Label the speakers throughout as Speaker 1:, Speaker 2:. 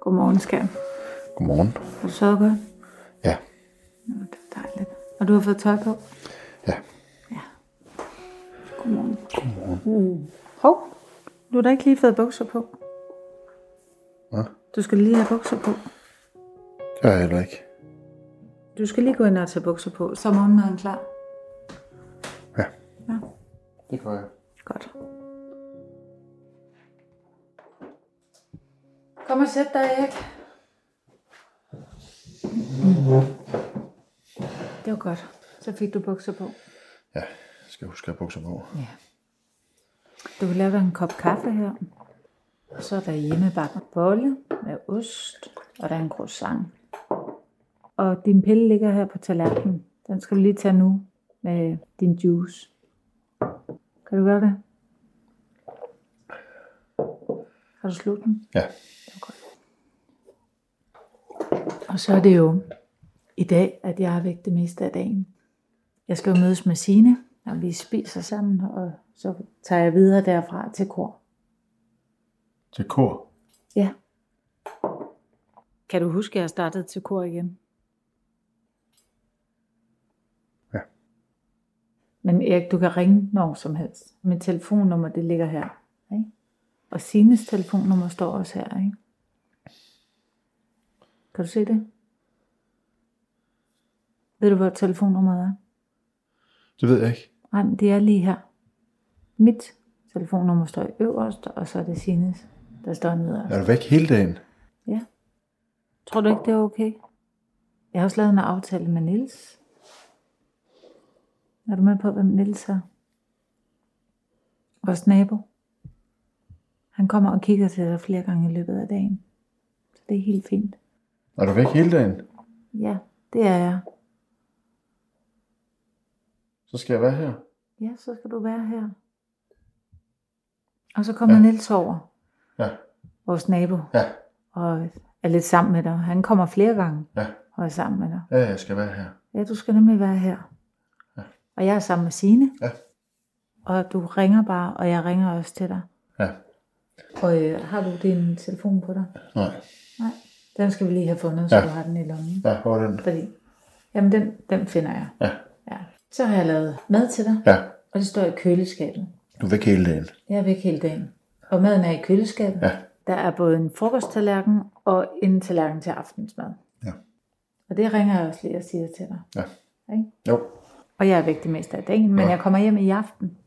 Speaker 1: Godmorgen, skærm.
Speaker 2: Godmorgen.
Speaker 1: Har du sovet godt?
Speaker 2: Ja,
Speaker 1: Nå, det er dejligt. Og du har fået tøj på?
Speaker 2: ja.
Speaker 1: Godmorgen. Godmorgen. Mm. Hov, du har da ikke lige fået bukser på.
Speaker 2: Hvad?
Speaker 1: Du skal lige have bukser på.
Speaker 2: Det har jeg heller ikke.
Speaker 1: Du skal lige gå ind og tage bukser på, så er morgenmaden klar.
Speaker 2: Ja.
Speaker 1: Ja.
Speaker 2: Det gør jeg.
Speaker 1: Godt. Kom og sæt dig, Erik. Det var godt. Så fik du bukser på.
Speaker 2: Ja, jeg skal huske at have bukser på.
Speaker 1: Ja. Du kan lave dig en kop kaffe her. Og så er der hjemmebagt bolle med ost, og der er en croissant. Og din pille ligger her på tallerkenen. Den skal du lige tage nu med din juice. Kan du gøre det? Har du slut den?
Speaker 2: Ja,
Speaker 1: Og så er det jo i dag, at jeg har væk det meste af dagen. Jeg skal jo mødes med Sine, og vi spiser sammen, og så tager jeg videre derfra til kor.
Speaker 2: til kor.
Speaker 1: Ja. Kan du huske, at jeg startede til kor igen?
Speaker 2: Ja.
Speaker 1: Men Erik, du kan ringe når som helst. Mit telefonnummer, det ligger her. Ikke? Og Sines telefonnummer står også her. Ikke? Kan du se det? Ved du, hvor telefonnummeret er?
Speaker 2: Det ved jeg ikke.
Speaker 1: Nej, men det er lige her. Mit telefonnummer står i øverst, og så er det Sines, der står nederst.
Speaker 2: Er du væk hele dagen?
Speaker 1: Ja. Tror du ikke, det er okay? Jeg har også lavet en aftale med Nils. Er du med på, hvem Nils er? Vores nabo. Han kommer og kigger til dig flere gange i løbet af dagen. Så det er helt fint.
Speaker 2: Er du væk hele dagen?
Speaker 1: Ja, det er jeg.
Speaker 2: Så skal jeg være her.
Speaker 1: Ja, så skal du være her. Og så kommer ja. Nils over,
Speaker 2: Ja,
Speaker 1: vores nabo,
Speaker 2: ja,
Speaker 1: og er lidt sammen med dig. Han kommer flere gange
Speaker 2: ja.
Speaker 1: og er sammen med dig.
Speaker 2: Ja, jeg skal være her.
Speaker 1: Ja, du skal nemlig være her.
Speaker 2: Ja.
Speaker 1: Og jeg er sammen med Signe.
Speaker 2: Ja,
Speaker 1: Og du ringer bare, og jeg ringer også til dig.
Speaker 2: ja.
Speaker 1: Og øh, har du din telefon på dig?
Speaker 2: Nej.
Speaker 1: Nej. Den skal vi lige have fundet, så ja.
Speaker 2: Ja.
Speaker 1: du har den i lommen.
Speaker 2: Ja, hvor er den?
Speaker 1: Fordi, jamen den, den finder jeg.
Speaker 2: Ja,
Speaker 1: Ja. Så har jeg lavet mad til dig,
Speaker 2: ja.
Speaker 1: og det står i køleskabet.
Speaker 2: Du er væk hele dagen.
Speaker 1: Jeg er væk hele dagen. Og maden er i køleskabet.
Speaker 2: Ja.
Speaker 1: Der er både en frokosttallerken og en tallerken til aftensmad.
Speaker 2: Ja.
Speaker 1: Og det ringer jeg også lige og siger til dig.
Speaker 2: Ja.
Speaker 1: Ikke?
Speaker 2: Jo.
Speaker 1: Og jeg er væk det meste af dagen, men
Speaker 2: Ja.
Speaker 1: jeg kommer hjem i aften.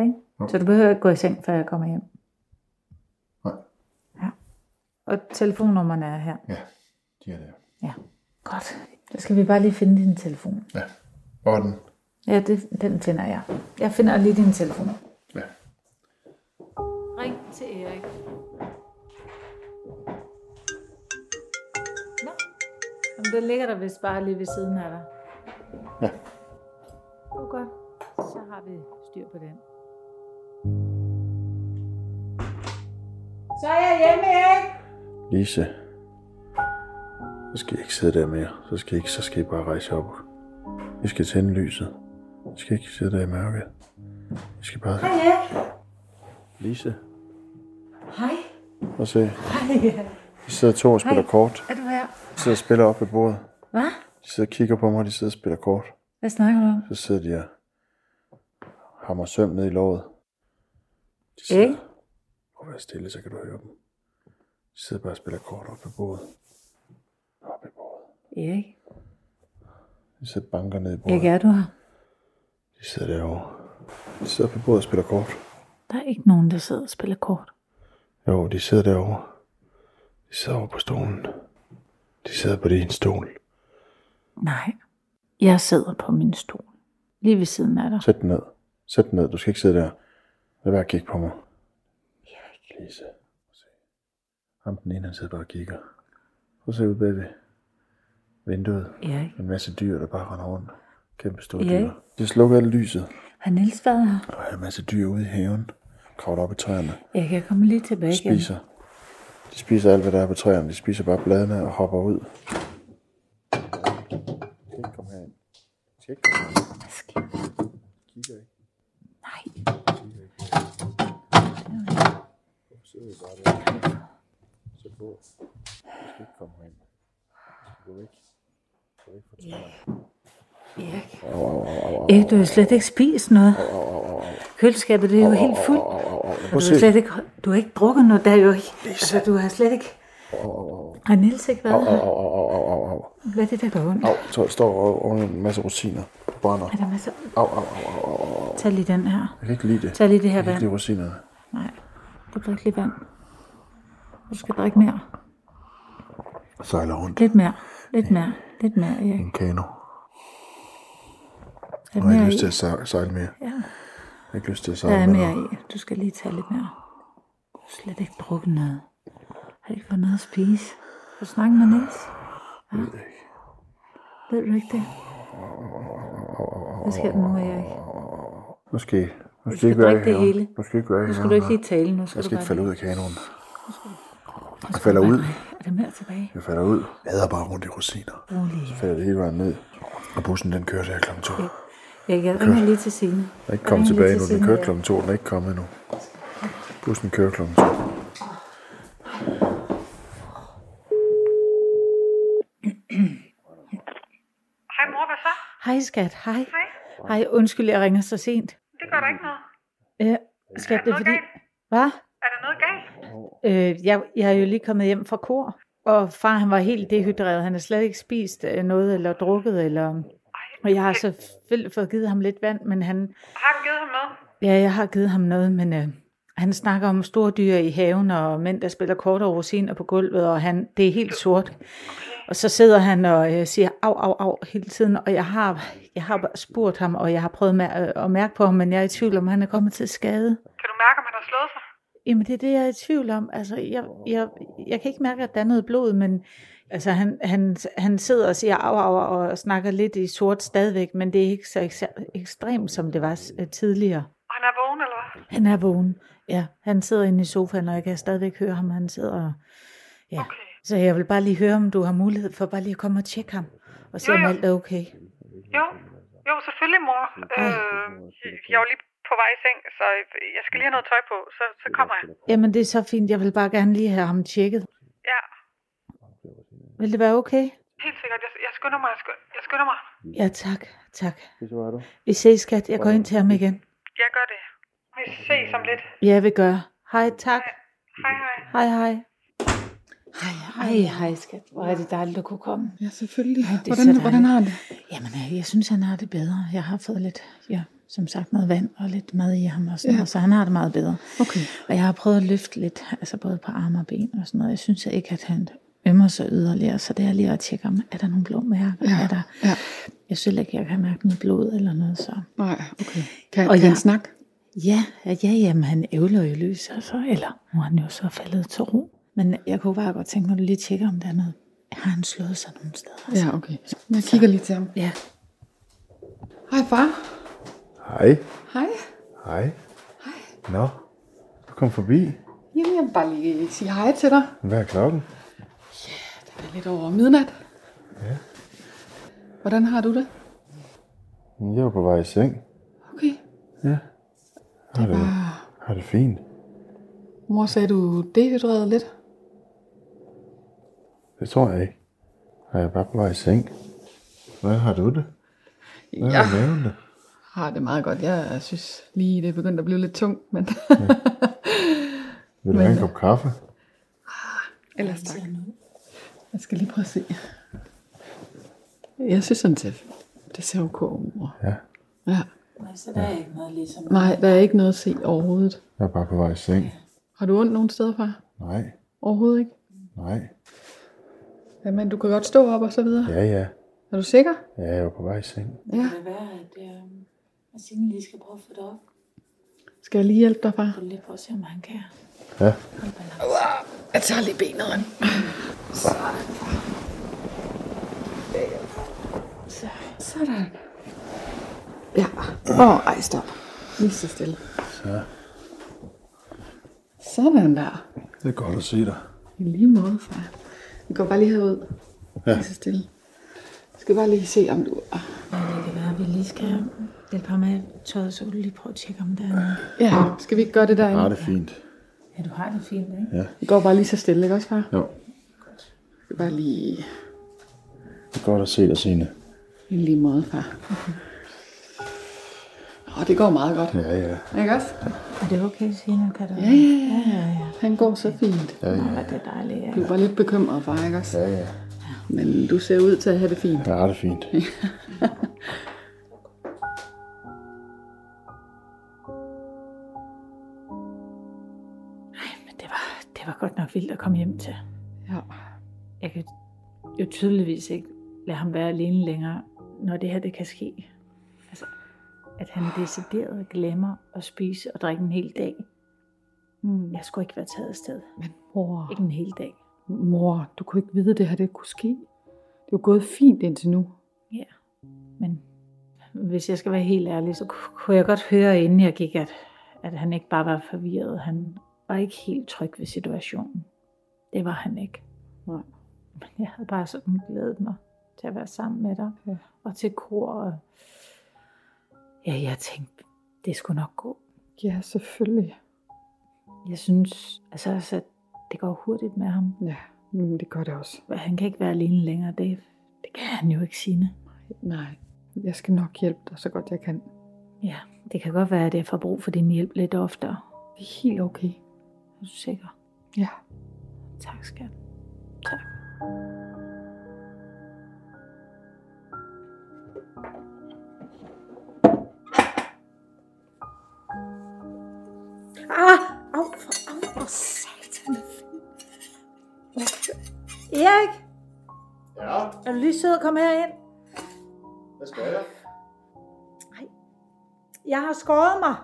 Speaker 1: Ikke?
Speaker 2: Jo.
Speaker 1: Så du behøver ikke gå i seng, før jeg kommer hjem.
Speaker 2: Nej.
Speaker 1: Ja. Og telefonnummerne er her.
Speaker 2: Ja, de er der.
Speaker 1: Ja. Godt. Så skal vi bare lige finde din telefon.
Speaker 2: Ja. Hvor er den?
Speaker 1: Ja, det, den finder jeg. Jeg finder lige din telefon.
Speaker 2: Ja.
Speaker 1: Ring til Erik. Nå. Jamen, den ligger der vist bare lige ved siden af dig.
Speaker 2: Ja.
Speaker 1: Det er godt. Så har vi styr på den. Så er jeg hjemme, Erik.
Speaker 2: Lise. Så skal I ikke sidde der mere. Så skal I, ikke, så skal I bare rejse op. I skal tænde lyset. I skal ikke sidde der i mørket. I skal bare...
Speaker 1: Hej, Erik.
Speaker 2: Lise.
Speaker 1: Hej.
Speaker 2: Og se.
Speaker 1: Hej.
Speaker 2: De sidder to og spiller
Speaker 1: Hej.
Speaker 2: kort.
Speaker 1: Er du her?
Speaker 2: De sidder og spiller op ved bordet.
Speaker 1: Hvad?
Speaker 2: De sidder og kigger på mig, og de sidder og spiller kort.
Speaker 1: Hvad snakker du om?
Speaker 2: Så sidder de og hammer søm ned i låret. De
Speaker 1: Ikke?
Speaker 2: Prøv at være stille, så kan du høre dem. De sidder bare og spiller kort op ved bordet. Op ved bordet.
Speaker 1: Erik.
Speaker 2: De sidder og banker ned i
Speaker 1: Erik,
Speaker 2: bordet.
Speaker 1: er du her?
Speaker 2: De sidder derovre. De sidder på bordet og spiller kort.
Speaker 1: Der er ikke nogen, der sidder og spiller kort.
Speaker 2: Jo, de sidder derovre. De sidder over på stolen. De sidder på din stol.
Speaker 1: Nej. Jeg sidder på min stol. Lige ved siden af dig.
Speaker 2: Sæt den ned. Sæt den ned. Du skal ikke sidde der. Lad være at kigge på mig. Erik. Lise. Prøv at se. Ham den ene, han sidder bare og kigger. Prøv at se ud bagved vinduet.
Speaker 1: Erik.
Speaker 2: En masse dyr, der bare render rundt. Kæmpe store
Speaker 1: Ja.
Speaker 2: dyr. De slukker alt lyset.
Speaker 1: Har Niels været her?
Speaker 2: Og der er en masse dyr ude i haven. Kravler op i træerne.
Speaker 1: Jeg kan komme lige tilbage igen.
Speaker 2: Spiser. De spiser alt, hvad der er på træerne. De spiser bare bladene og hopper ud. Du skal ikke komme herind. Du skal ikke komme herind.
Speaker 1: Hvad sker der?
Speaker 2: Du kigger ikke.
Speaker 1: Nej.
Speaker 2: Så sidder vi bare der. Så på. Du skal ikke komme herind. Du skal gå væk. Du skal ikke fortælle mig.
Speaker 1: Erik,
Speaker 2: Au, au, au, au, au,
Speaker 1: Erik du har slet ikke spist noget.
Speaker 2: au, au, au, au.
Speaker 1: Køleskabet det er jo helt fuldt.
Speaker 2: Au, au, au.
Speaker 1: Og
Speaker 2: Prøv at
Speaker 1: Du
Speaker 2: se.
Speaker 1: har slet ikke, du har ikke drukket noget, der er jo ikke. Altså, du har slet ikke... Har Niels ikke været
Speaker 2: Au,
Speaker 1: her?
Speaker 2: au, au, au, au, au.
Speaker 1: Hvad er det, der går ondt?
Speaker 2: Au, så står over, over en masse rosiner. Brænder.
Speaker 1: Er der masser?
Speaker 2: Au, au, au, au, au, au.
Speaker 1: Tag lige den her.
Speaker 2: Jeg kan ikke lide det.
Speaker 1: Tag lige det her
Speaker 2: Jeg kan
Speaker 1: vand.
Speaker 2: ikke lide rosinerne.
Speaker 1: Nej, du drikker lige vand. Du skal drikke mere.
Speaker 2: Jeg sejler rundt
Speaker 1: Lidt mere. Lidt mere. Lidt mere,
Speaker 2: i
Speaker 1: Erik.
Speaker 2: en kano.
Speaker 1: Der er
Speaker 2: Nu har jeg
Speaker 1: mere
Speaker 2: ikke
Speaker 1: i.
Speaker 2: lyst til at sej- sejle mere.
Speaker 1: Ja,
Speaker 2: Jeg har ikke lyst til at
Speaker 1: der
Speaker 2: sejle
Speaker 1: er
Speaker 2: mere.
Speaker 1: mere i. Du skal lige tage lidt mere. Du har slet ikke drukket noget. Har ikke fået noget at spise. Har du snakket med Niels? Ja. Ved du ikke det? Hvad sker der nu, Erik?
Speaker 2: Nu skal I, nu skal I
Speaker 1: skal
Speaker 2: ikke være i
Speaker 1: drikke det
Speaker 2: haven.
Speaker 1: hele.
Speaker 2: Nu skal I ikke være i
Speaker 1: Nu skal
Speaker 2: haven.
Speaker 1: du ikke lige tale. Nu skal
Speaker 2: Jeg
Speaker 1: du
Speaker 2: skal ikke
Speaker 1: bare
Speaker 2: falde
Speaker 1: lige-
Speaker 2: ud af kanonen.
Speaker 1: Nu skal
Speaker 2: Jeg falder
Speaker 1: du bare-
Speaker 2: ud.
Speaker 1: Nej, Er der mere tilbage?
Speaker 2: Jeg falder ud. Jeg æder bare rundt i rosiner.
Speaker 1: Rolig.
Speaker 2: Så falder det hele vejen ned. Og bussen den kørte her kl. 2. Jeg
Speaker 1: Jeg ringer lige til Signe.
Speaker 2: er ikke kommet tilbage nu. Den kørte kl. 2. Den er ikke kommet endnu. Bussen kører kl. 2.
Speaker 3: Hej mor, hvad så?
Speaker 1: Hej skat, hej.
Speaker 3: Hej.
Speaker 1: Hej, undskyld, jeg ringer så sent.
Speaker 3: Det gør der ikke noget.
Speaker 1: Ja, skat, det er fordi... Hvad?
Speaker 3: Er der noget galt?
Speaker 1: Øh, jeg, jeg er jo lige kommet hjem fra kor, og far han var helt dehydreret. Han har slet ikke spist øh, noget eller drukket, eller... Og jeg har selvfølgelig fået givet ham lidt vand, men han...
Speaker 3: Har du givet ham noget?
Speaker 1: Ja, jeg har givet ham noget, men øh, han snakker om store dyr i haven, og mænd, der spiller kort over rosiner på gulvet, og han, det er helt sort. Og så sidder han og øh, siger au, au, au hele tiden, og jeg har, jeg har spurgt ham, og jeg har prøvet med, øh, at mærke på ham, men jeg er i tvivl om, han er kommet til skade.
Speaker 3: Kan du mærke, om han har slået sig?
Speaker 1: Jamen det er det, jeg er i tvivl om. Altså, jeg, jeg, jeg kan ikke mærke, at der er noget blod, men altså, han, han, han sidder og siger au, au, au, og snakker lidt i sort stadigvæk, men det er ikke så ekse- ekstremt, som det var øh, tidligere.
Speaker 3: Og han er vågen, eller hvad?
Speaker 1: Han er vågen. Ja, han sidder inde i sofaen, og jeg kan stadigvæk høre ham. Han sidder og... Ja.
Speaker 3: Okay.
Speaker 1: Så jeg vil bare lige høre, om du har mulighed for bare lige at komme og tjekke ham, og se,
Speaker 3: Jo,
Speaker 1: om
Speaker 3: jo.
Speaker 1: alt er okay.
Speaker 3: Jo, jo selvfølgelig mor. Øh, jeg er jo lige på vej i seng, så jeg skal lige have noget tøj på, så, så kommer jeg.
Speaker 1: Jamen, det er så fint. Jeg vil bare gerne lige have ham tjekket.
Speaker 3: Ja,
Speaker 1: Vil det være okay?
Speaker 3: helt sikkert. Jeg, jeg skynder mig, jeg skynder, jeg skynder mig.
Speaker 1: Ja, tak. Tak.
Speaker 2: Hvor er du?
Speaker 1: Vi ses, skat. Jeg går ind til ham igen.
Speaker 3: Jeg gør det. Vi ses om lidt.
Speaker 1: Ja, jeg vil gøre. Hej, tak.
Speaker 3: Hej, hej.
Speaker 1: Hej, hej.
Speaker 4: Hej,
Speaker 1: Hej, hej, skat. Hvor er det dejligt, at kunne komme.
Speaker 4: Ja, selvfølgelig.
Speaker 1: Ej, det er så
Speaker 4: hvordan,
Speaker 1: dejligt.
Speaker 4: hvordan har han det?
Speaker 1: Jamen, øh, jeg synes, han har det bedre. Jeg har fået lidt, ja, som sagt, noget vand og lidt mad i ham og sådan
Speaker 4: Ja.
Speaker 1: noget, så han har det meget bedre.
Speaker 4: Okay.
Speaker 1: Og jeg har prøvet at løfte lidt, altså både på arme og ben og sådan noget. Jeg synes ikke, at han ømmer sig yderligere, så det er lige at tjekke om, er der nogle blå mærker?
Speaker 4: Ja,
Speaker 1: Er der...
Speaker 4: ja.
Speaker 1: Jeg synes ikke, jeg kan mærke noget blod eller noget, så...
Speaker 4: Nej, okay. Kan,
Speaker 1: Og
Speaker 4: og kan
Speaker 1: jeg-
Speaker 4: han snakke?
Speaker 1: Ja, ja, ja, jamen han ævler jo løs, altså. Eller nu er han jo så faldet til ro. Men jeg kunne bare godt tænke mig, at du lige tjekker, om der er noget. Har han slået sig nogle steder? Altså,
Speaker 4: Ja, okay. Men jeg kigger lige til ham.
Speaker 1: Ja.
Speaker 4: Hej, far.
Speaker 2: Hej.
Speaker 4: Hej.
Speaker 2: Hej. Nå. Du kom forbi.
Speaker 4: Jamen, jeg vil bare lige sige hej til dig.
Speaker 2: Hvad er klokken?
Speaker 4: Det er lidt over midnat. Ja. Hvordan har du det?
Speaker 2: Jeg var på vej i seng.
Speaker 4: Okay.
Speaker 2: Ja. Har det,
Speaker 4: Bare,
Speaker 2: har det fint.
Speaker 4: mor sagde, du dehydrerede lidt.
Speaker 2: Det tror jeg ikke. Har jeg bare på vej i seng. Hvordan har du det? Hvad
Speaker 4: Ja.
Speaker 2: har du maven det?
Speaker 4: Har det meget godt. Jeg synes lige, det er begyndt at blive lidt tungt, men
Speaker 2: Vil du have en kop kaffe?
Speaker 4: ellers tak. Jeg skal lige prøve at se. Jeg synes sådan set, det ser ok ud, mor.
Speaker 2: Ja.
Speaker 4: Ja.
Speaker 1: Så altså, der er ikke noget ligesom...
Speaker 4: Nej, der er ikke noget at se overhovedet.
Speaker 2: Jeg er bare på vej i seng.
Speaker 4: Har du ondt nogen steder fra?
Speaker 2: Nej,
Speaker 4: Overhovedet ikke.
Speaker 2: nej.
Speaker 4: Jamen, du kan godt stå op og så videre. Ja.
Speaker 2: Ja, ja.
Speaker 4: Er du sikker?
Speaker 2: Ja, jeg var på vej i seng.
Speaker 4: Ja.
Speaker 1: Det kan være, at øh, Signe lige skal prøve at få det op.
Speaker 4: Skal jeg lige hjælpe dig, far?
Speaker 1: Du lige prøve at se, om han kan.
Speaker 2: Ja.
Speaker 4: Jeg tager lige benet an. Sådan. Ja. Åh, oh, ej, stop. Lige så stille.
Speaker 2: Så.
Speaker 4: Sådan der.
Speaker 2: Det er godt at se dig.
Speaker 4: I lige måde, far. Vi går bare lige herud.
Speaker 2: Ja.
Speaker 4: Lige så stille. Jeg skal bare lige se, om du er...
Speaker 1: Det kan være, at vi lige skal hjælpe ham med tøjet, så vil du lige prøve at tjekke, om der er noget.
Speaker 4: Ja, skal vi ikke gøre det derinde?
Speaker 2: Har det fint.
Speaker 5: Ja, du har det fint, ikke?
Speaker 2: Ja,
Speaker 4: Det går bare lige så stille, ikke også, far?
Speaker 2: jo.
Speaker 4: Det er Bare lige
Speaker 2: Det er godt at se dig, Signe.
Speaker 4: i lige måde, far. Åh, det går meget godt.
Speaker 2: Ja, ja.
Speaker 4: Ikke også?
Speaker 5: Er det okay, Signe? Kan du...
Speaker 4: Ja, ja, ja, ja, ja. Han går så fint.
Speaker 2: Ja, ja.
Speaker 5: Nå, det er dejligt, ja.
Speaker 4: Du var lidt bekymret, far, ikke også?
Speaker 2: Ja, ja.
Speaker 4: Men du ser ud til at have det fint.
Speaker 2: Jeg har det fint.
Speaker 5: Men det var, det var godt nok vildt at komme hjem til.
Speaker 4: Ja.
Speaker 5: Jeg kan jo tydeligvis ikke lade ham være alene længere, når det her det kan ske. Altså, at han decideret glemmer at spise og drikke en hel dag.
Speaker 4: Mm.
Speaker 5: Jeg skulle ikke være taget afsted.
Speaker 4: Men mor,
Speaker 5: Ikke en hel dag.
Speaker 4: mor, du kunne ikke vide, at det her det kunne ske. Det er jo gået fint indtil nu.
Speaker 5: Men hvis jeg skal være helt ærlig, så ku- kunne jeg godt høre, inden jeg gik, at, at han ikke bare var forvirret. Han var ikke helt tryg ved situationen. Det var han ikke.
Speaker 4: Nej.
Speaker 5: Men jeg havde bare sådan glædet mig til at være sammen med dig.
Speaker 4: Ja.
Speaker 5: Og til kor. Og... Ja, jeg tænkte, det skulle nok gå.
Speaker 4: Ja, selvfølgelig.
Speaker 5: Jeg synes, altså, altså det går hurtigt med ham.
Speaker 4: Ja, men det gør det også.
Speaker 5: Han kan ikke være alene længere. Det, det kan han jo ikke, Signe.
Speaker 4: Nej, jeg skal nok hjælpe dig så godt jeg kan.
Speaker 5: Ja, det kan godt være, at jeg får brug for din hjælp lidt oftere.
Speaker 4: Det er helt okay.
Speaker 5: Er du sikker?
Speaker 4: Ja.
Speaker 5: Tak, skat. Tak.
Speaker 1: Ah, au, for, au, for satan. Erik,
Speaker 2: Ja,
Speaker 1: er du lige sød at komme herind?
Speaker 2: hvad skal jeg?
Speaker 1: Jeg har skåret mig.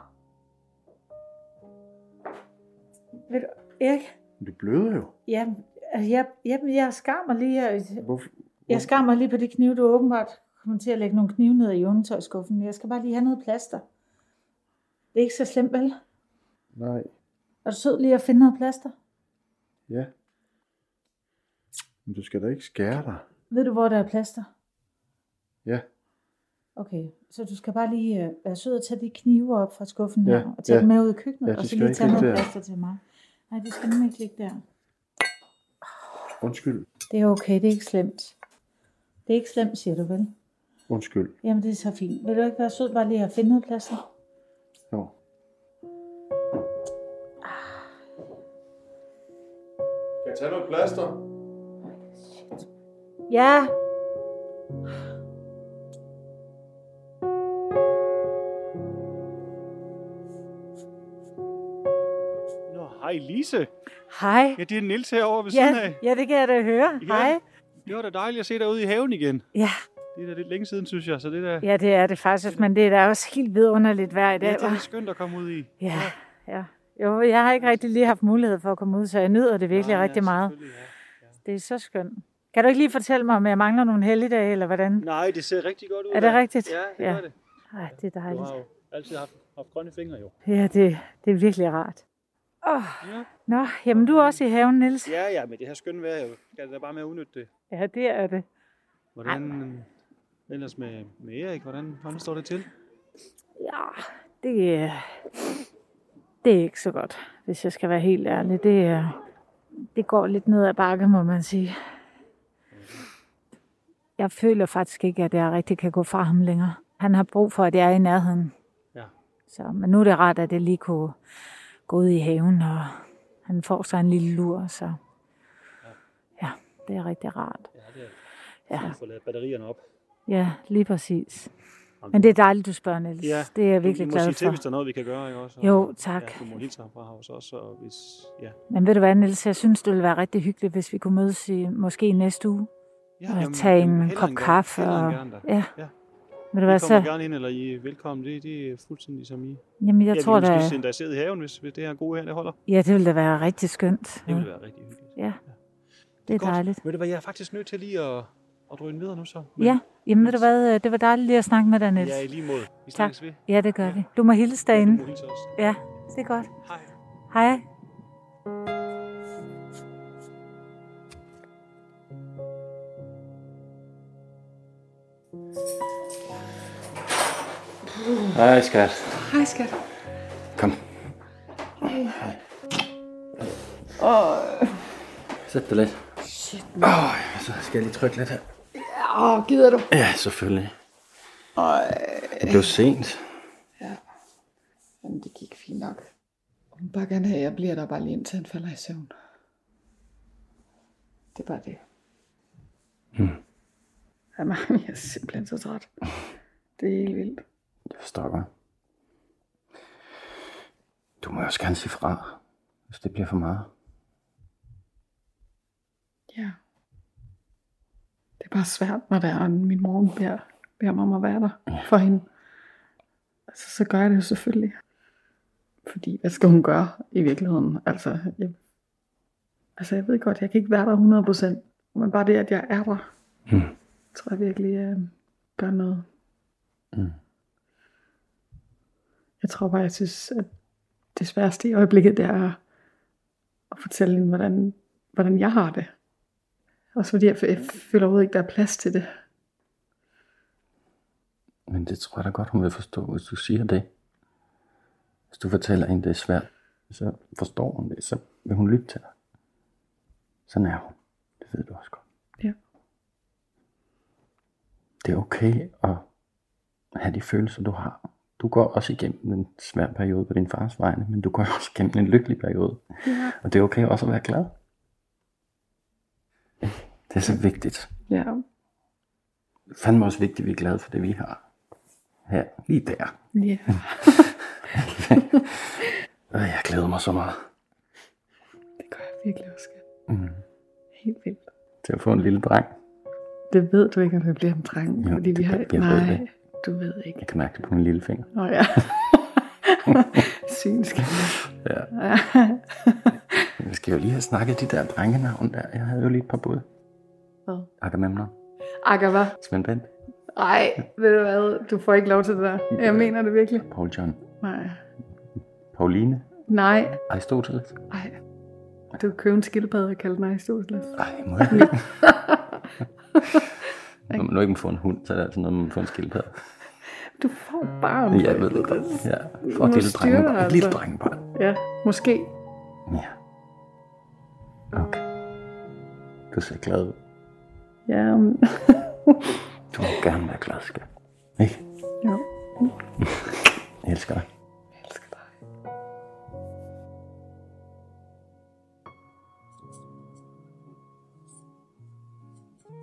Speaker 1: Ved du, Erik?
Speaker 2: Du bløder jo.
Speaker 1: Ja, altså, jeg, jeg, jeg skar mig lige her.
Speaker 2: Hvorfor?
Speaker 1: Jeg skar mig lige på de knive, du åbenbart kommer til at lægge nogle knive ned i undertøjskuffen. Jeg skal bare lige have noget plaster. Det er ikke så slemt, vel?
Speaker 2: Nej.
Speaker 1: Er du sød lige at finde noget plaster?
Speaker 2: Ja. Men du skal da ikke skære dig.
Speaker 1: Ved du, hvor der er plaster?
Speaker 2: Ja.
Speaker 1: Okay, så du skal bare lige øh, være sød og tage de knive op fra skuffen
Speaker 2: Ja,
Speaker 1: ja, her, og tage
Speaker 2: ja.
Speaker 1: ja. dem med ud i køkkenet,
Speaker 2: Ja,
Speaker 1: ja,
Speaker 2: de
Speaker 1: og så
Speaker 2: skal
Speaker 1: lige
Speaker 2: ikke
Speaker 1: tage
Speaker 2: ligge
Speaker 1: noget
Speaker 2: der.
Speaker 1: plaster til mig. Nej, det skal nemlig ikke ligge der.
Speaker 2: Undskyld.
Speaker 1: Det er okay, det er ikke slemt. Det er ikke slemt, siger du vel?
Speaker 2: Undskyld.
Speaker 1: Jamen, det er så fint. Vil du ikke være sød bare lige at finde noget plaster?
Speaker 2: Jo. Kan jeg tage noget plaster?
Speaker 1: Ja!
Speaker 6: Nå, hej Lise.
Speaker 1: Hej!
Speaker 6: Ja, det er Nils herovre ved siden
Speaker 1: Ja,
Speaker 6: af.
Speaker 1: ja, det kan jeg da høre.
Speaker 6: Ja.
Speaker 1: Hej!
Speaker 6: Det var da dejligt at se dig ude i haven igen.
Speaker 1: Ja,
Speaker 6: Det er da lidt længe siden, synes jeg, så det er da,
Speaker 1: ja, det er det faktisk, men det er da også helt vidunderligt vejr i
Speaker 6: ja,
Speaker 1: dag,
Speaker 6: det er
Speaker 1: hva'?
Speaker 6: lidt skønt at komme ud i.
Speaker 1: Ja, ja. Jo, jeg har ikke rigtig lige haft mulighed for at komme ud, så jeg nyder det virkelig
Speaker 6: Nej,
Speaker 1: Nej, rigtig
Speaker 6: ja,
Speaker 1: meget.
Speaker 6: selvfølgelig, Ja.
Speaker 1: Det er så skønt. Kan du ikke lige fortælle mig, om jeg mangler nogle helligdage, eller hvordan?
Speaker 6: Nej, det ser rigtig godt ud.
Speaker 1: Er det
Speaker 6: da.
Speaker 1: rigtigt?
Speaker 6: Ja, det
Speaker 1: Ja.
Speaker 6: ja. gør det.
Speaker 1: Nej, det er
Speaker 6: Du
Speaker 1: dejligt.
Speaker 6: har jo altid haft, haft grønne fingre, jo.
Speaker 1: Ja, det, det er virkelig rart. Oh.
Speaker 6: Ja.
Speaker 1: Nå, jamen du er også i haven, Niels.
Speaker 6: Ja, ja, men det her skønne vejr, jo. Skal det da bare med at udnytte det.
Speaker 1: Ja, det er det.
Speaker 6: Hvordan... øh, Ellers med, med Erik, hvordan, hvordan står det til?
Speaker 1: Ja, det, er- det er ikke så godt, hvis jeg skal være helt ærlig. Det, er- det går lidt ned ad bakke, må man sige. Jeg føler faktisk ikke, at jeg rigtig kan gå fra ham længere. Han har brug for, at jeg er i nærheden.
Speaker 6: Ja.
Speaker 1: Så, men nu er det rart, at jeg lige kunne gå ud i haven, og han får sig en lille lur. Så. Ja, det er rigtig rart.
Speaker 6: Ja, det er
Speaker 1: Ja.
Speaker 6: ja. få lavet batterierne op.
Speaker 1: Ja, lige præcis. Men det er dejligt, du spørger, Niels.
Speaker 6: Ja,
Speaker 1: det er jeg virkelig
Speaker 6: du,
Speaker 1: glad
Speaker 6: må sige til,
Speaker 1: for.
Speaker 6: hvis der er noget, vi kan gøre, ikke også?
Speaker 1: Jo,
Speaker 6: Og-
Speaker 1: tak.
Speaker 6: Ja, du må hilse ham fra os også, og hvis... Ja,
Speaker 1: Men ved du hvad, Niels, jeg synes, det ville være rigtig hyggeligt, hvis vi kunne mødes i, måske i næste uge.
Speaker 6: ja
Speaker 1: Og tage en
Speaker 6: hellere
Speaker 1: kop
Speaker 6: end gerne-
Speaker 1: kaffe
Speaker 6: hellere end
Speaker 1: og-
Speaker 6: gerne da.
Speaker 1: Ja. Ved
Speaker 6: Ja.
Speaker 1: du
Speaker 6: I
Speaker 1: hvad,
Speaker 6: kommer
Speaker 1: så,
Speaker 6: gerne ind, eller I er velkommen. Det, det er fuldstændig som I.
Speaker 1: jamen jeg tror
Speaker 6: da...
Speaker 1: da,
Speaker 6: Vi kan måske sidde i haven, hvis, hvis det her gode her, det holder.
Speaker 1: ja, det ville da være rigtig skønt.
Speaker 6: Det ville være rigtig hyggeligt.
Speaker 1: Ja, det er
Speaker 6: Godt.
Speaker 1: dejligt.
Speaker 6: Ved du hvad, jeg er faktisk nødt til lige at, at drøne videre nu så.
Speaker 1: Ja, jamen ved du hvad, øh, det var dejligt lige at snakke med dig,
Speaker 6: Niels.
Speaker 1: Niels.
Speaker 6: Ja, i lige måde. Vi snakkes ved.
Speaker 1: Ja, det gør
Speaker 6: Ja.
Speaker 1: vi. Du må hilse
Speaker 6: Ja, du
Speaker 1: derinde.
Speaker 6: må hilse os.
Speaker 1: Ja, det er godt.
Speaker 6: Hej.
Speaker 1: Hej.
Speaker 7: Hej, skat.
Speaker 4: Hej, skat.
Speaker 7: Kom. Sæt dig lidt. Shit. Åh, oh, så skal jeg lige trykke lidt her.
Speaker 4: Åh, gider du?
Speaker 7: Ja, selvfølgelig. Øj. Det blev sent.
Speaker 4: Jamen, det gik fint nok. Hun vil bare gerne have, at jeg bliver der bare lige indtil han falder i søvn. Det er bare det. Hmm. Jamen, jeg er simpelthen så træt. Det er helt vildt.
Speaker 7: Jeg forstår godt. Du må også gerne sige fra, hvis det bliver for meget.
Speaker 4: Ja. Det er bare svært, når der er min mor beder, beder mig om at være der for hende. Altså, så gør jeg det jo selvfølgelig. Fordi, hvad skal hun gøre i virkeligheden? Altså, jeg, altså, jeg ved godt, jeg kan ikke være der 100%, men bare det, at jeg er der,
Speaker 7: Mm.
Speaker 4: tror jeg virkelig øh, gør noget.
Speaker 7: Mm.
Speaker 4: Jeg tror bare, jeg synes, at det sværeste i øjeblikket, det er at fortælle hende, hvordan, hvordan jeg har det. Også fordi jeg, f- jeg føler overhovedet ikke, der er plads til det.
Speaker 7: Men det tror jeg da godt, hun vil forstå, hvis du siger det. Hvis du fortæller hende, det er svært, så forstår hun det. Så vil hun lytte til dig. Sådan er hun. Det ved du også godt.
Speaker 4: Ja.
Speaker 7: Det er okay at have de følelser, du har. Du går også igennem en svær periode på din fars vegne, men du går også igennem en lykkelig periode. Ja. Og det er okay også at være glad. Det er så vigtigt
Speaker 4: Ja,
Speaker 7: fandme også vigtigt, at vi er glade for det, vi har. Her, lige der.
Speaker 4: yeah.
Speaker 7: Øh, Jeg glæder mig så meget
Speaker 4: det gør jeg virkelig også.
Speaker 7: mm.
Speaker 4: Helt vildt.
Speaker 7: til at få en lille dreng.
Speaker 4: Det ved du ikke, om det bliver en dreng.
Speaker 7: Jo,
Speaker 4: fordi vi
Speaker 7: det-
Speaker 4: har...
Speaker 7: jeg ved
Speaker 4: Nej,
Speaker 7: det.
Speaker 4: du ved ikke.
Speaker 7: Jeg kan mærke det på min lille finger.
Speaker 4: Nå ja. Synsk.
Speaker 7: Ja.
Speaker 4: Ja.
Speaker 7: Vi skal jo lige have snakket de der drengenavn der. Jeg havde jo lige et par bud.
Speaker 4: Hvad?
Speaker 7: Agamemnon.
Speaker 4: Akker, hvad?
Speaker 7: Svend Bent.
Speaker 4: Ej, ved du hvad? Du får ikke lov til det der. Jeg mener det virkelig.
Speaker 7: Paul John.
Speaker 4: Nej.
Speaker 7: Pauline.
Speaker 4: Nej.
Speaker 7: Aristoteles.
Speaker 4: Ej. Du kan købe en skildpadde og kalde mig Aristoteles.
Speaker 7: Ej, må jeg ikke? Når man nu ikke må få en hund, så er det altså noget, man må få en skildpadde.
Speaker 4: Du får barn.
Speaker 7: Jeg ved det godt. Ja. For
Speaker 4: Nu
Speaker 7: et lille
Speaker 4: styrer
Speaker 7: drengebarn.
Speaker 4: du
Speaker 7: Et lille
Speaker 4: altså.
Speaker 7: drengebarn.
Speaker 4: Ja, måske.
Speaker 7: Ja. Okay. Du ser glad ud.
Speaker 4: Ja, men...
Speaker 7: Du må gerne være glad, skat. Ikke?
Speaker 4: Jo.
Speaker 7: Jeg elsker dig.
Speaker 4: Jeg elsker dig.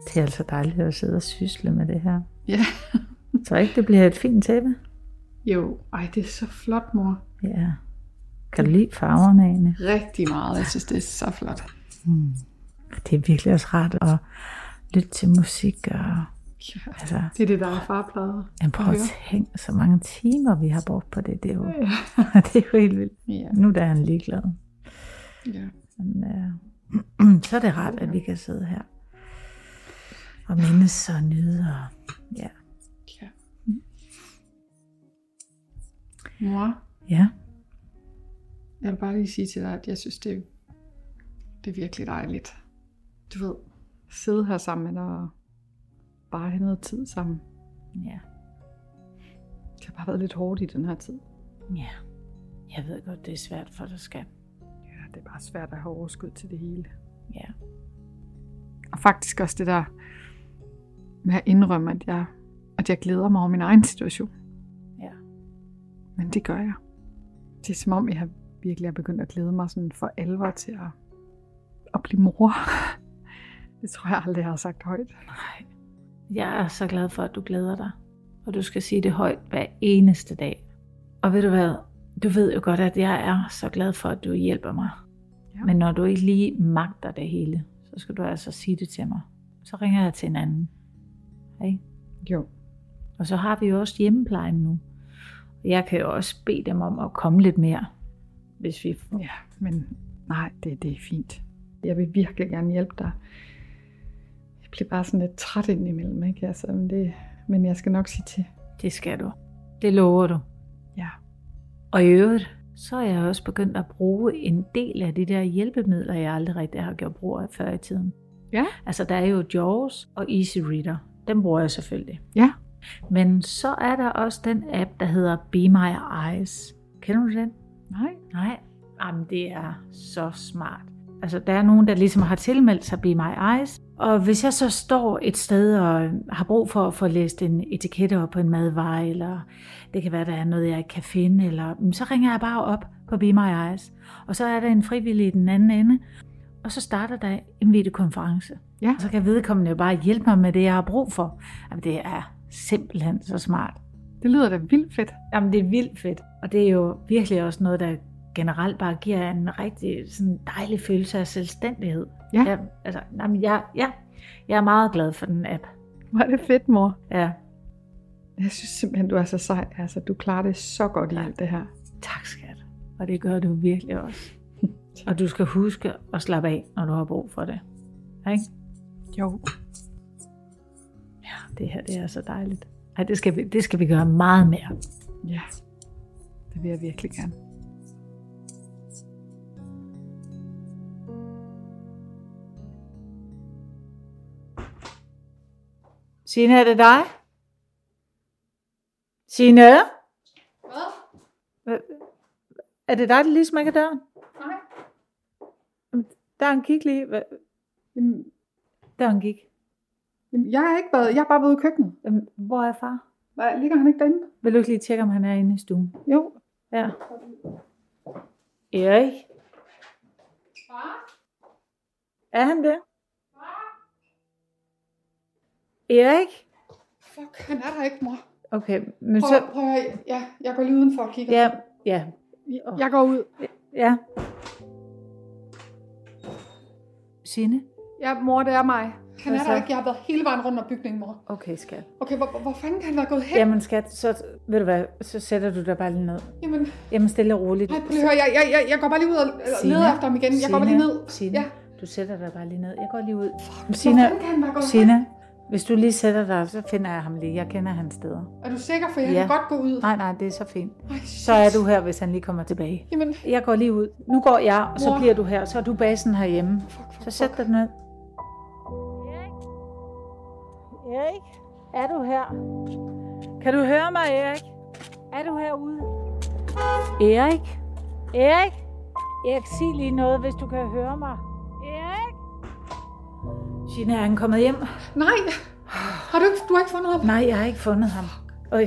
Speaker 1: Det er altså dejligt at sidde og sysle med det her.
Speaker 4: Ja.
Speaker 1: Jeg tror ikke, det bliver et fint tæppe.
Speaker 4: Jo, ej, det er så flot, mor.
Speaker 1: Ja. Kan du lide farverne egentlig?
Speaker 4: Rigtig meget. Jeg synes, det er så flot.
Speaker 1: Det er virkelig også rart at lytte til musik. Og,
Speaker 4: Ja.
Speaker 1: altså,
Speaker 4: Det er det, der er farplader.
Speaker 1: jeg prøver at tænke, så mange timer vi har brugt på det. Det er jo,
Speaker 4: Ja.
Speaker 1: det er jo helt vildt.
Speaker 4: Ja.
Speaker 1: Nu er han ligeglad.
Speaker 4: ja.
Speaker 1: Men, øh, så er det rart, at vi kan sidde her og mindes og nyde. Og, ja.
Speaker 4: Ja. Mor,
Speaker 1: ja,
Speaker 4: jeg vil bare lige sige til dig, at jeg synes, det er, det er virkelig dejligt. Du ved, sidde her sammen med dig og bare have noget tid sammen.
Speaker 1: ja,
Speaker 4: Det har bare været lidt hårdt i den her tid.
Speaker 8: Ja. Jeg ved godt, det er svært for dig, skat.
Speaker 4: Ja, det er bare svært at have overskud til det hele.
Speaker 8: Ja.
Speaker 4: Og faktisk også det der med at indrømme, at jeg, at jeg glæder mig over min egen situation.
Speaker 8: Ja.
Speaker 4: Men det gør jeg. Det er som om, jeg har virkelig er begyndt at glæde mig sådan for alvor til at, at blive mor. Det tror jeg aldrig, jeg har sagt højt.
Speaker 8: Nej. Jeg er så glad for, at du glæder dig. Og du skal sige det højt hver eneste dag. Og ved du hvad? Du ved jo godt, at jeg er så glad for, at du hjælper mig.
Speaker 4: Ja.
Speaker 8: Ja. Men når du ikke lige magter det hele, så skal du altså sige det til mig. Så ringer jeg til en anden. Hey.
Speaker 4: Jo.
Speaker 8: Og så har vi jo også hjemmeplejen nu. Og jeg kan jo også bede dem om at komme lidt mere, hvis vi
Speaker 4: Ja, men nej, det, det er fint. Jeg vil virkelig gerne hjælpe dig. Jeg bliver bare sådan lidt træt indimellem, ikke? Altså, men, det, men jeg skal nok sige til.
Speaker 8: Det skal du. Det lover du.
Speaker 4: Ja.
Speaker 8: Og i øvrigt, så er jeg også begyndt at bruge en del af de der hjælpemidler, jeg aldrig rigtig har gjort brug af før i tiden.
Speaker 4: Ja.
Speaker 8: Altså, der er jo Jaws og Easy Reader. Dem bruger jeg selvfølgelig.
Speaker 4: Ja.
Speaker 8: Men så er der også den app, der hedder Be My Eyes. Kender du den?
Speaker 4: Nej.
Speaker 8: Nej. Jamen, det er så smart.
Speaker 1: Altså, der er nogen, der ligesom har tilmeldt sig Be My Eyes. Og hvis jeg så står et sted og har brug for at få læst en etikette op på en madvare, eller det kan være, der er noget, jeg ikke kan finde, eller, mm, så ringer jeg bare op på Be My Eyes. Og så er der en frivillig i den anden ende, og så starter der en videokonference.
Speaker 4: Ja.
Speaker 1: Og så kan vedkommende jo bare hjælpe mig med det, jeg har brug for. Jamen, det er simpelthen så smart.
Speaker 4: Det lyder da vildt fedt.
Speaker 1: Jamen, det er vildt fedt. Og det er jo virkelig også noget, der generelt bare giver en rigtig sådan dejlig følelse af selvstændighed.
Speaker 4: Ja.
Speaker 1: Jeg, altså, jamen, jeg, ja, jeg er meget glad for den app.
Speaker 4: Hvor er det fedt, mor.
Speaker 1: Ja.
Speaker 4: Jeg synes simpelthen, du er så sej. Altså, du klarer det så godt i alt det her.
Speaker 1: Tak, skat. Og det gør du virkelig også. og du skal huske at slappe af, når du har brug for det. Ikke?
Speaker 4: Jo.
Speaker 1: Ja, det her det er så dejligt. Ej, det, skal vi, det skal vi gøre meget mere.
Speaker 4: Ja. Det vil jeg virkelig gerne.
Speaker 1: Signe, er det dig? Signe? Hvad? Er det dig, der lige smækker døren? Nej. Der er en kig lige. Hvad?
Speaker 4: Jamen,
Speaker 1: Der er en kig.
Speaker 4: jamen, jeg har ikke været, jeg har bare været ude i køkkenet.
Speaker 1: Jamen, Hvor er far?
Speaker 4: Hvad, ligger han ikke derinde?
Speaker 1: Vil du ikke lige tjekke, om han er inde i stuen?
Speaker 4: Jo.
Speaker 1: Ja. Erik? Far? Er han det? Far? Erik?
Speaker 4: Fuck, han er der ikke, mor.
Speaker 1: Okay, men
Speaker 4: Prøv,
Speaker 1: så...
Speaker 4: prøv, at- ja, jeg går lige udenfor og kigger.
Speaker 1: Ja, ja,
Speaker 4: Jeg går ud.
Speaker 1: ja. Signe?
Speaker 4: Ja, mor, det er mig. Han
Speaker 1: Hvad
Speaker 4: er
Speaker 1: så?
Speaker 4: der ikke. Jeg har været hele vejen rundt om bygningen, mor.
Speaker 1: Okay, skat.
Speaker 4: Okay, hvor, hvor fanden kan han være gået hen?
Speaker 1: Jamen skat, så, ved du hvad, så sætter du dig bare lige ned.
Speaker 4: Jamen,
Speaker 1: Jamen stille og roligt.
Speaker 4: nej, prøv lige at høre. Jeg, jeg, jeg, jeg går bare lige ud og og
Speaker 1: Sina.
Speaker 4: leder efter ham igen. Jeg går bare lige ned.
Speaker 1: Sina,
Speaker 4: Ja.
Speaker 1: du sætter dig bare lige ned. Jeg går lige ud. Fuck,
Speaker 4: Sina.
Speaker 1: Sina,
Speaker 4: Hvor fanden kan han være gået hen?
Speaker 1: Sina, hvis du lige sætter dig, så finder jeg ham lige. Jeg kender hans steder.
Speaker 4: Er du sikker, for jeg
Speaker 1: Ja.
Speaker 4: kan godt gå ud?
Speaker 1: Nej, nej, det er så fint.
Speaker 4: Ej,
Speaker 1: Så er du her, hvis han lige kommer tilbage.
Speaker 4: Jamen,
Speaker 1: Jeg går lige ud. Nu går jeg, og så
Speaker 4: Mor.
Speaker 1: bliver du her. Så er du basen herhjemme.
Speaker 4: fuck, fuck,
Speaker 1: Så sæt
Speaker 4: fuck.
Speaker 1: dig ned.
Speaker 8: Erik, er du her? Kan du høre mig, Erik? Er du herude? Erik? Erik? Erik, sig lige noget, hvis du kan høre mig. Erik?
Speaker 1: Gina, er han kommet hjem?
Speaker 4: Nej, har du, ikke, du har ikke fundet ham?
Speaker 1: Nej, jeg har ikke fundet ham. Og,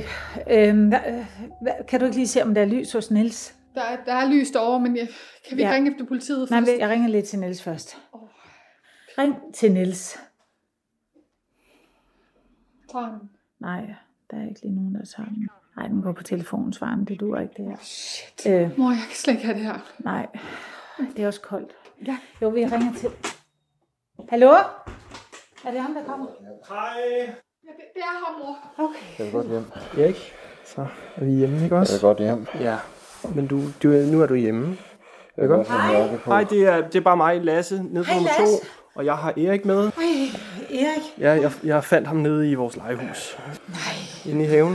Speaker 1: øhm, hvad, øh, hvad- kan du ikke lige se, om der er lys hos Nils?
Speaker 4: Der, er- der er lys derovre, men jeg, kan vi ikke
Speaker 1: Ja.
Speaker 4: ringe efter politiet
Speaker 1: Nej,
Speaker 4: først?
Speaker 1: men jeg ringer lidt til Nils først. Ring til Nils.
Speaker 4: Tager han.
Speaker 1: Nej, der er ikke lige nogen, der tager den. Nej, den går på telefonsvaren. Det duer ikke, det her.
Speaker 4: Shit.
Speaker 1: Øh,
Speaker 4: Mor, jeg kan slet ikke have det her.
Speaker 1: nej, det er også koldt.
Speaker 4: Ja.
Speaker 1: Jo, vi ringer til... Hallo? Er det ham, der kommer?
Speaker 4: Ja, det, det er ham, mor.
Speaker 2: Jeg vil godt hjem.
Speaker 9: Erik, så er vi hjemme, ikke
Speaker 2: Jeg
Speaker 9: også?
Speaker 2: vil godt hjem.
Speaker 9: Ja, men du, du, nu er du hjemme.
Speaker 2: Jeg vil godt have mørke på.
Speaker 9: Hej, det er, det er bare mig, Lasse, ned på nummer to. Og jeg har Erik med.
Speaker 1: Ej, Erik.
Speaker 9: Ja, jeg, jeg fandt ham nede i vores legehus. Nej. Inde i haven.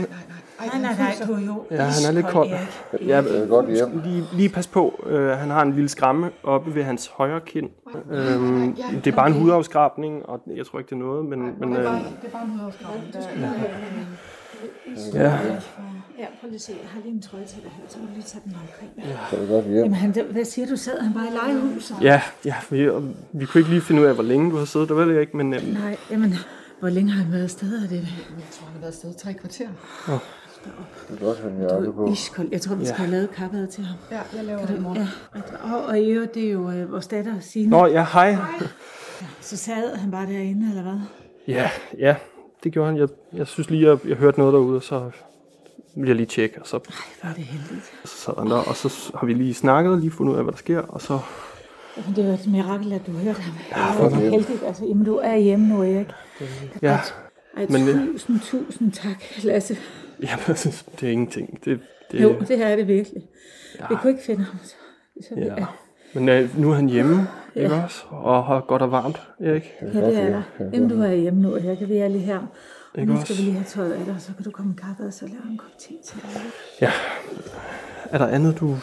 Speaker 1: Nej, nej, nej, du jo.
Speaker 9: Ja, han er lidt kold.
Speaker 1: Erik.
Speaker 9: Ja,
Speaker 2: Jeg vil godt hjem.
Speaker 9: lige, lige pas på. Øh, han har en lille skramme oppe ved hans højre kind. Øhm, det er bare en hudafskrabning, og jeg tror ikke, det er noget, men... men øh,
Speaker 4: Det er bare en hudafskrabning.
Speaker 9: ja.
Speaker 8: Ja, prøv lige at se. Jeg har lige en trøje til dig her, så må du lige tage den omkring.
Speaker 2: Jeg vil godt hjem.
Speaker 1: Jamen, han, hvad siger du? Sad han bare i legehuset?
Speaker 9: Ja, ja vi, og vi kunne ikke lige finde ud af, hvor længe du har siddet der, vel jeg ikke, men øh,
Speaker 1: Nej, jamen, hvor længe har han været afsted? Er det
Speaker 4: Jeg tror, han har været afsted i tre kvarter.
Speaker 2: Jeg vil godt have mørke på.
Speaker 1: iskoldt? Jeg tror, vi skal
Speaker 9: Ja.
Speaker 1: have lavet kappet til ham.
Speaker 4: Ja, jeg laver det, mor.
Speaker 1: Ja, og, og i øvrigt, det er jo øh, vores datter Signe.
Speaker 9: Nå, ja, hej.
Speaker 1: Så sad han bare derinde, eller hvad?
Speaker 9: Ja, ja, det gjorde han. Jeg, jeg synes lige, jeg, jeg hørte noget derude, og så ville jeg lige tjekke, og så,
Speaker 1: Hvor er det heldigt.
Speaker 9: så sad han der, og så har vi lige snakket, lige fundet ud af, hvad der sker, og så...
Speaker 1: Men det var et mirakel, at du hørte ham. Ja, det var heldigt. Altså, jamen, du er hjemme nu, Erik.
Speaker 9: Ja,
Speaker 1: Ej,
Speaker 9: Men, øh,
Speaker 1: tusind, tusind tak, Lasse.
Speaker 9: jamen, jeg synes, det er ingenting. Det, det,
Speaker 1: Jo, det her er det virkelig. Ja. Vi kunne ikke finde ham. Så, så vi,
Speaker 9: ja. Men øh, nu er han hjemme, ikke også? Og har godt og varmt, Erik.
Speaker 1: ja, det er der. Jamen, du er hjemme nu, Erik, og vi er lige her. Og
Speaker 9: Ikke
Speaker 1: nu skal vi
Speaker 9: også?
Speaker 1: lige have tøjet af dig, og så kan du komme i kaffe, og så lave en kop te til dig.
Speaker 9: Er der andet, du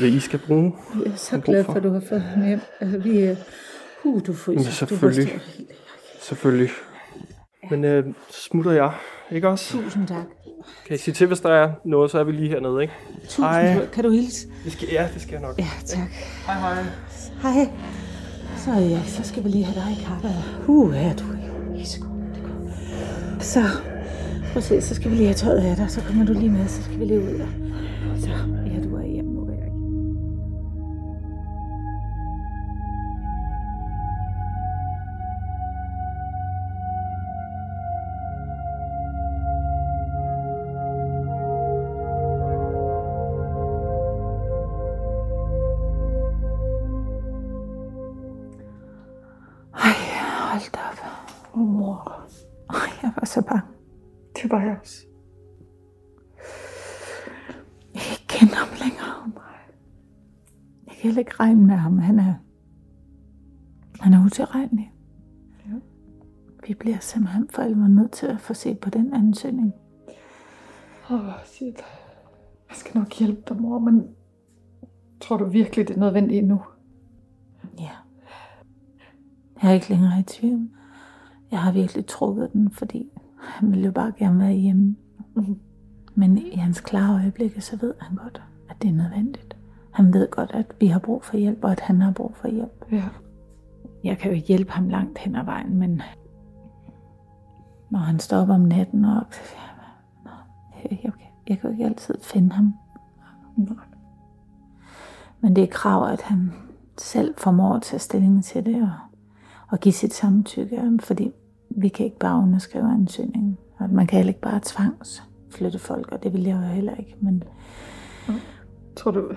Speaker 9: vil, I skal bruge?
Speaker 1: Jeg er så
Speaker 9: Har brug
Speaker 1: glad
Speaker 9: for.
Speaker 1: for, at du har fået ham hjem. Altså, vi er... Uh, du fryser.
Speaker 9: Jamen, selvfølgelig.
Speaker 1: Du ryster helt.
Speaker 9: Selvfølgelig. Men øh, så smutter jeg, ikke også?
Speaker 1: Tusind tak.
Speaker 9: Kan I sige til, hvis der er noget, så er vi lige hernede, ikke?
Speaker 1: Tusind
Speaker 9: Ej.
Speaker 1: tak. Kan du hilse?
Speaker 9: Det skal, ja, det skal jeg nok.
Speaker 1: Ja, tak.
Speaker 9: Hej, hej.
Speaker 1: Hej.
Speaker 10: Så ja, så skal vi lige have dig i kaffe. Uh, her du er jo så god. det er godt. Så, prøv at se, så skal vi lige have tøjet af dig, så kommer du lige med, så skal vi lige ud. og- Så, ja, du er hjemme nu, Erik.
Speaker 1: Ej, hold da op.
Speaker 11: Åh, oh, mor.
Speaker 1: Ej, jeg var så bange.
Speaker 11: Det var jeg også.
Speaker 1: Jeg kan ikke kende ham længere. Jeg kan heller ikke regne med ham. Han er, han er utilregnelig.
Speaker 11: Ja.
Speaker 1: Vi bliver simpelthen for alvor nødt til at få set på den ansøgning.
Speaker 11: Åh, oh, shit. Jeg skal nok hjælpe dig, mor, men tror du virkelig, det er nødvendigt nu?
Speaker 1: Ja. Jeg er ikke længere i tvivl. Jeg har virkelig trukket den, fordi han ville jo bare gerne være hjemme.
Speaker 11: Mhm.
Speaker 1: Men i hans klare øjeblikke, så ved han godt, at det er nødvendigt. Han ved godt, at vi har brug for hjælp, og at han har brug for hjælp.
Speaker 11: Ja.
Speaker 1: Jeg kan jo hjælpe ham langt hen ad vejen, men når han står op om natten, og jeg, jeg, jeg kan jo ikke altid finde ham.
Speaker 11: Nej.
Speaker 1: Men det er et krav, at han selv formår at tage stilling til det og, og give sit samtykke, fordi vi kan ikke bare underskrive ansøgningen. Og man kan heller ikke bare tvangsflytte folk, og det vil jeg jo heller ikke. Men,
Speaker 11: Tror du,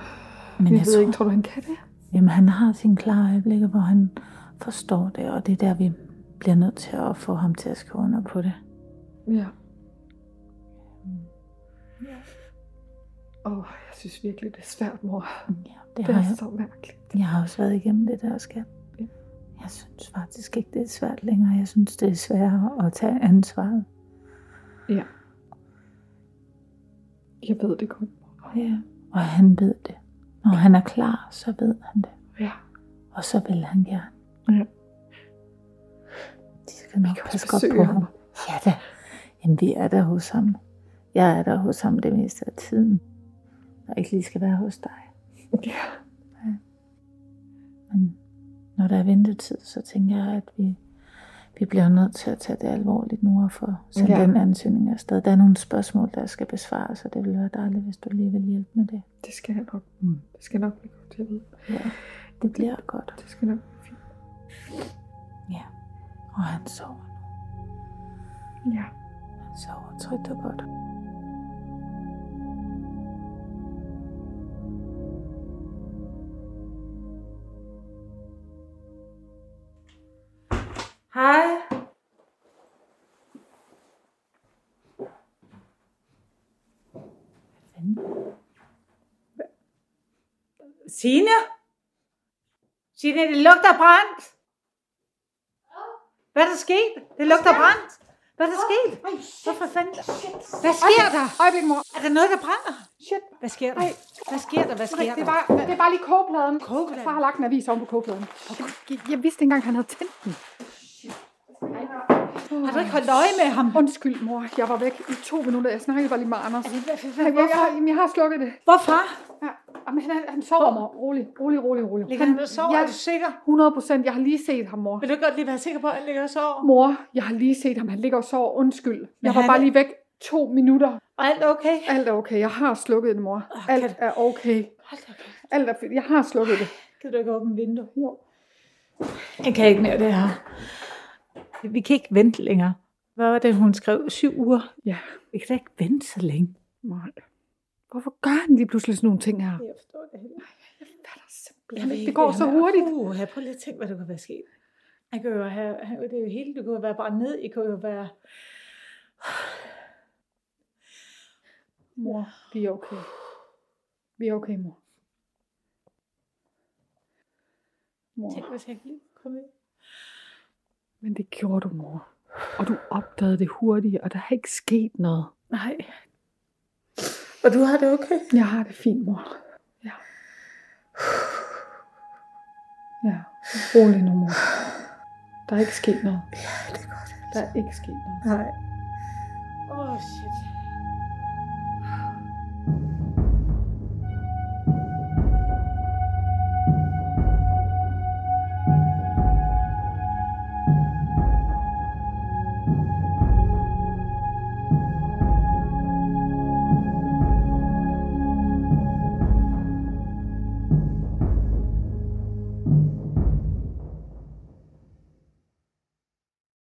Speaker 1: men
Speaker 11: jeg,
Speaker 1: jeg
Speaker 11: ved
Speaker 1: tror,
Speaker 11: ikke, tror du, han kan det?
Speaker 1: Jamen, han har sine klare øjeblikke, hvor han forstår det, og det er der, vi bliver nødt til at få ham til at skrive under på det.
Speaker 11: Ja. Åh, oh, jeg synes virkelig, det er svært, mor.
Speaker 1: Ja, det
Speaker 11: Det
Speaker 1: har
Speaker 11: er
Speaker 1: jeg.
Speaker 11: så mærkeligt.
Speaker 1: jeg har også været igennem det der, skat.
Speaker 11: Ja.
Speaker 1: Jeg synes faktisk ikke, det er svært længere. Jeg synes, det er sværere at tage ansvaret.
Speaker 11: Jeg ved det godt, mor.
Speaker 1: Ja. Og han ved det. Når han er klar, så ved han det.
Speaker 11: Ja.
Speaker 1: Og så vil han gerne.
Speaker 11: Ja.
Speaker 1: De skal nok
Speaker 11: kan også
Speaker 1: passe godt
Speaker 11: besøge
Speaker 1: på
Speaker 11: ham.
Speaker 1: ham. Ja da. Jamen, vi er der hos ham. Jeg er der hos ham det meste af tiden. Og ikke lige skal være hos dig.
Speaker 11: Ja.
Speaker 1: Men når der er ventetid, så tænker jeg, at vi, vi bliver nødt til at tage det alvorligt nu og få sendt
Speaker 11: Ja.
Speaker 1: ja. den ansøgning afsted. Der er nogle spørgsmål, der skal besvares, og det ville være dejligt, hvis du lige vil hjælpe med det.
Speaker 11: Det skal jeg nok.
Speaker 1: Mm.
Speaker 11: Det skal nok blive godt, jeg ved.
Speaker 1: Ja, det bliver godt.
Speaker 11: Det skal nok blive fint.
Speaker 1: Ja. Og han sover.
Speaker 11: Ja.
Speaker 1: Han sover trygt og godt.
Speaker 8: Hej. Signe? Signe, det lugter brændt. Hvad er der sket? Det lugter brændt. Hvad er der sket? Hvorfor fanden? Hvad sker der?
Speaker 4: Øjeblik, mor.
Speaker 8: Er der noget, der brænder?
Speaker 4: Shit.
Speaker 8: Hvad sker der? Hvad sker der? Hvad
Speaker 4: Det
Speaker 8: sker der?
Speaker 4: er, bare, det er bare lige kogepladen.
Speaker 8: Kogepladen?
Speaker 4: Far har lagt en avis oven på kogepladen. Jeg, jeg vidste ikke engang, han havde tændt den.
Speaker 8: Har du ikke holdt øje med ham?
Speaker 4: Undskyld, mor. Jeg var væk i to minutter. Jeg snakkede bare lige med Anders. Jeg, jeg,
Speaker 8: Altså, Hvorfor?
Speaker 4: jeg, jamen, jeg har slukket det.
Speaker 8: Hvorfor?
Speaker 4: Ja. Jamen, han, er- han sover, mor. Rolig, rolig, rolig, rolig.
Speaker 8: Ligger han og sover?
Speaker 4: Ja,
Speaker 8: Er du sikker?
Speaker 4: 100 procent. Jeg har lige set ham, mor.
Speaker 8: Vil du ikke godt lige være sikker på, at han ligger og sover?
Speaker 4: Mor, jeg har lige set ham. Han ligger og sover. Undskyld. Jeg var
Speaker 8: han
Speaker 4: bare
Speaker 8: er-
Speaker 4: lige væk to minutter.
Speaker 8: Og alt okay?
Speaker 4: Alt er okay. Jeg har slukket det, mor.
Speaker 8: Åh, kan
Speaker 4: Alt
Speaker 8: du-
Speaker 4: er okay.
Speaker 8: Hold da kæft.
Speaker 4: Alt er fint. Jeg har slukket det.
Speaker 8: Kan du ikke åbne vinduet?
Speaker 4: Jo.
Speaker 8: Jeg kan ikke mere det her. Vi kan ikke vente længere. Hvad var det, hun skrev? Syv uger?
Speaker 4: Ja.
Speaker 8: Vi kan da ikke vente så længe.
Speaker 4: Nej. Hvorfor gør han lige pludselig sådan nogle ting her?
Speaker 8: Jeg forstår det heller
Speaker 4: Hvad er der simpelthen? ikke? Det går så hurtigt.
Speaker 8: Uh, jeg prøver lige at tænke, hvad der kunne være sket. Jeg kan jo have, have- det er jo hele, det kunne jo være brændt ned, det kunne jo være...
Speaker 4: Mor, vi er okay. Vi er okay, mor.
Speaker 8: Tænk,
Speaker 4: Mor,
Speaker 8: hvis jeg ikke lige kom ind.
Speaker 4: men det gjorde du, mor. Og du opdagede det hurtigt, og der er ikke sket noget.
Speaker 8: Nej. Og du har det okay?
Speaker 4: Jeg har det fint, mor. Ja. Ja, rolig nu, mor. Der er ikke sket noget.
Speaker 8: Ja, det er godt.
Speaker 4: Der er ikke sket noget.
Speaker 8: Nej. Åh, oh, shit.